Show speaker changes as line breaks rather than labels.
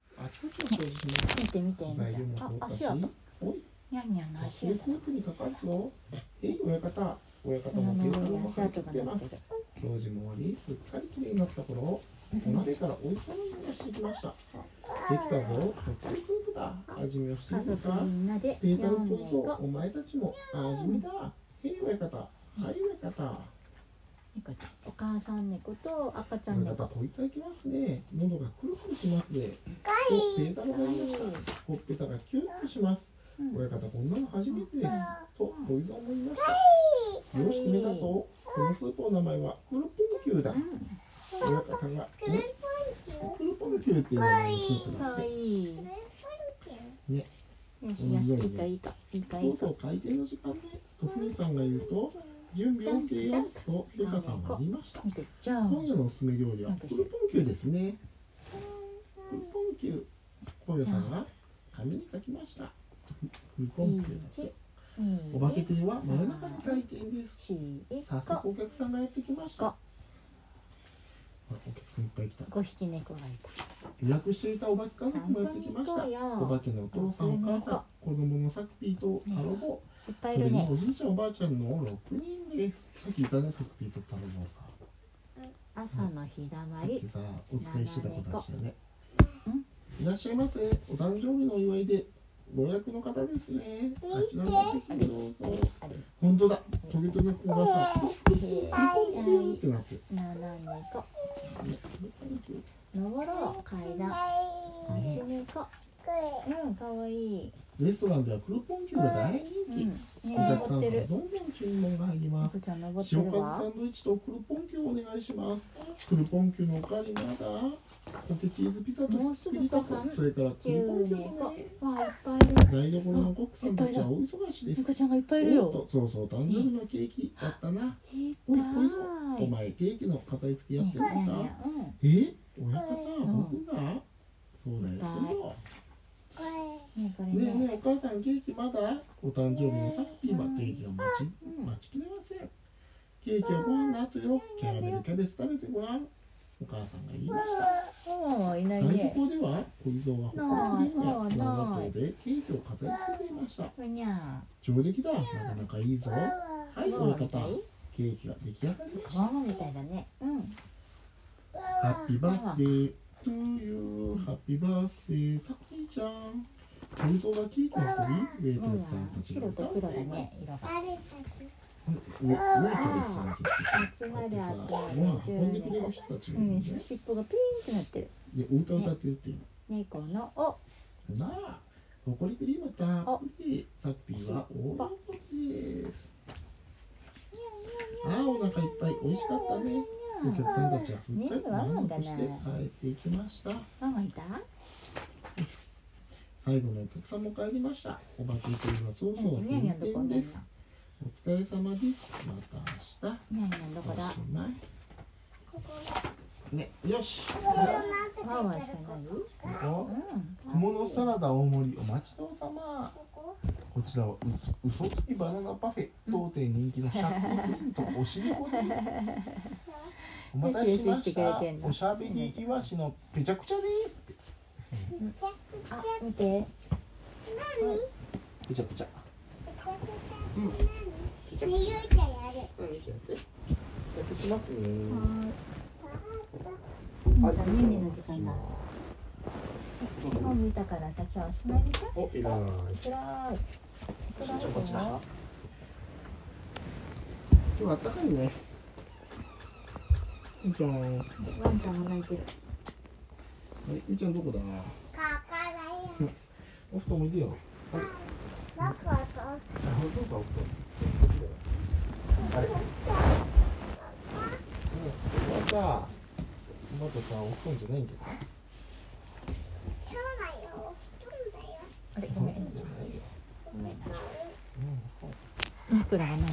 ちこちを掃除します
見て見て
材料
み
も
た
そ
い
う
あ
だし
足跡
おい
ニャンニャンの足
足
跡
スープにかかるぞえい親方親
そ
方
の
も
名
手を
前に
も
足
張り切
跡
っ
が
て
残
ま
って
す
る
掃除も終わりすっかりきれいになった頃お鍋からおいしそうな匂いがしてきましたできたぞ特製スープだ味見をして
家
みる
族
か
みんなで
ペ
読
ータル
ん
ポ
で
ー
い
ズを
こう
お前たちも味見だへい親方はい親方
猫ちゃんお母さん猫と赤ちゃん
親
猫
方こいつはいきますね喉がくるくるしますね
か
おペ
い
ータルが言いましたほっぺたがキュンとします。
うん
親方こんなの初めてです。とボイゾーも言いました。よし決めたぞ。このスープの名前はクルポン球だ
う。ん
親方が
くるぽんきゅう
クルポン球っていう名前のスープ
か
だっ
わ
て。
いい
くるぽんきゅう
ね、
よしよしいいかいいかいいかい
そう
いか
そう開店の時間で徳井さんが言うと準備 OK よとペカさんが言いました。
見てじゃあ
今夜のおすすめ料理はクルポン球ですね。クルポン球。小宮さんが紙に書きました。クルポン球だって。お化け亭は真夜中に開店です。早速お客さんがやってきましたあ
あ
お客さんいっぱい来た
5匹猫がいた
予約していたお化け家族もやってきました
散歩に行こうよ
お化けのお父さんお母さん子供のサクピーとタロボ
いっぱい
そ
い
れ
る
に
ね
おじいちゃんおばあちゃんの6人ですさっきいたねサクピーとタロボさ
朝の日だま
さっ
り
きさお使いしてた子たちだね
うん
いらっしゃいませお誕生日のお祝いでご予約の方ですねあちらのお席へどうぞ
あれ
本当だトゲトゲの子がさ
へえ
ピューってなってる
ななねこ
ね
登ろう階段
は
立ちに行こ
い。
ううんかわいい
レストランではクルポンキューが大人
うん
気、
ね
お客さんか
登って
ら
る
どんどん注文が入ります
猫ちゃん登って
塩
る
かずサ
わ
ンドイッチとクルポンキューお願いしますクルポンキューのおかわりまだポテチーズピザと
もうす
ピ
ぐ
リタコ
ご飯
それからク
九
ルポンキュー
猫
も
わ
ね
あいっぱいいる
台所のコックさんたちはお忙しいです
猫ちゃんがいっぱいいる
おっと
よ
そうそう誕生日のケーキだったな
えっ
おいおいぞ
ぱ
お
い
前ケーキの片付けやってる
ね
ん
ね
だ
ねうん
え親
ん
方僕がそうだよ
ねこ
ね
れ
えね
ね
えお母さんケーキまだお誕生日のさっき今ケーキが待ち
うん
待ちきれませんケーキはご飯の後よキャラメルキャベツ食べてごらんお母さんが言いました
おーいない
台
ね
所では小井蔵は他の面や砂砂糖でケーキを飾り付けていました
ふにゃ
上出来だなかなかいいぞはい
わ
親
あみた
方
い
ケーキが出来上がりました
ーみたいだねうん
ハッピーバースデートゥーユーハッピーバースデーさくきちゃん小井蔵がケーキの上にウェイ
う
トレ
ん
スさんたちが
白と
歌っ
黒だ
ています
ね色が
ね、ね、彼氏さんって
集
言
ま
っ
る
てさ、
集
ご
まる
飯運んでくれる人たちが
う
いるん
ん、
だよね。
尻尾がピーンってなってる
で、お歌歌ってるっていう。
猫のお
なあ、ホコリクリームたっぷり、さっぴーは大喜びです。ああ、お腹いっぱい、美味しかったね。お客さんたちはすっかり満足して帰っていきました。
ママいた
最後のお客さんも帰りました。おばけというのはそう
ニ
そ
ャン
う
ニャンニャ
閉
ンどこ
店
に
で
いる
す。お疲れ様です。また明日。
のニャンニャンどこ
お
だ
しまい。ね、よし。
ワンワンしかいない
ここ
うん
小物サラダ大盛りお待ちどうさまこちらはう嘘つきバナナパフェ当店人気のシャッピークリームとおしりこですお待たせしまし
よしよしして
た
くれてんの
おしゃべりイワシのペチャクチャです
あ、見て
ペチャクチャうんちょっとやってやってきますね
はいなんか耳の時間だ本見たからさ、今日おしまいでしょ
おいらない
暗い暗い
じゃあこっちだ
よ
今日はあったかいねみーちゃんはい
ワンちゃんも泣いてる
みーちゃんどこだお布団おいでよあほとんどお布団あれうん、ここはさ、まださ、お布団じゃないんじゃない
あれ、
お
ご
布
めん
団じゃないよ。
枕がない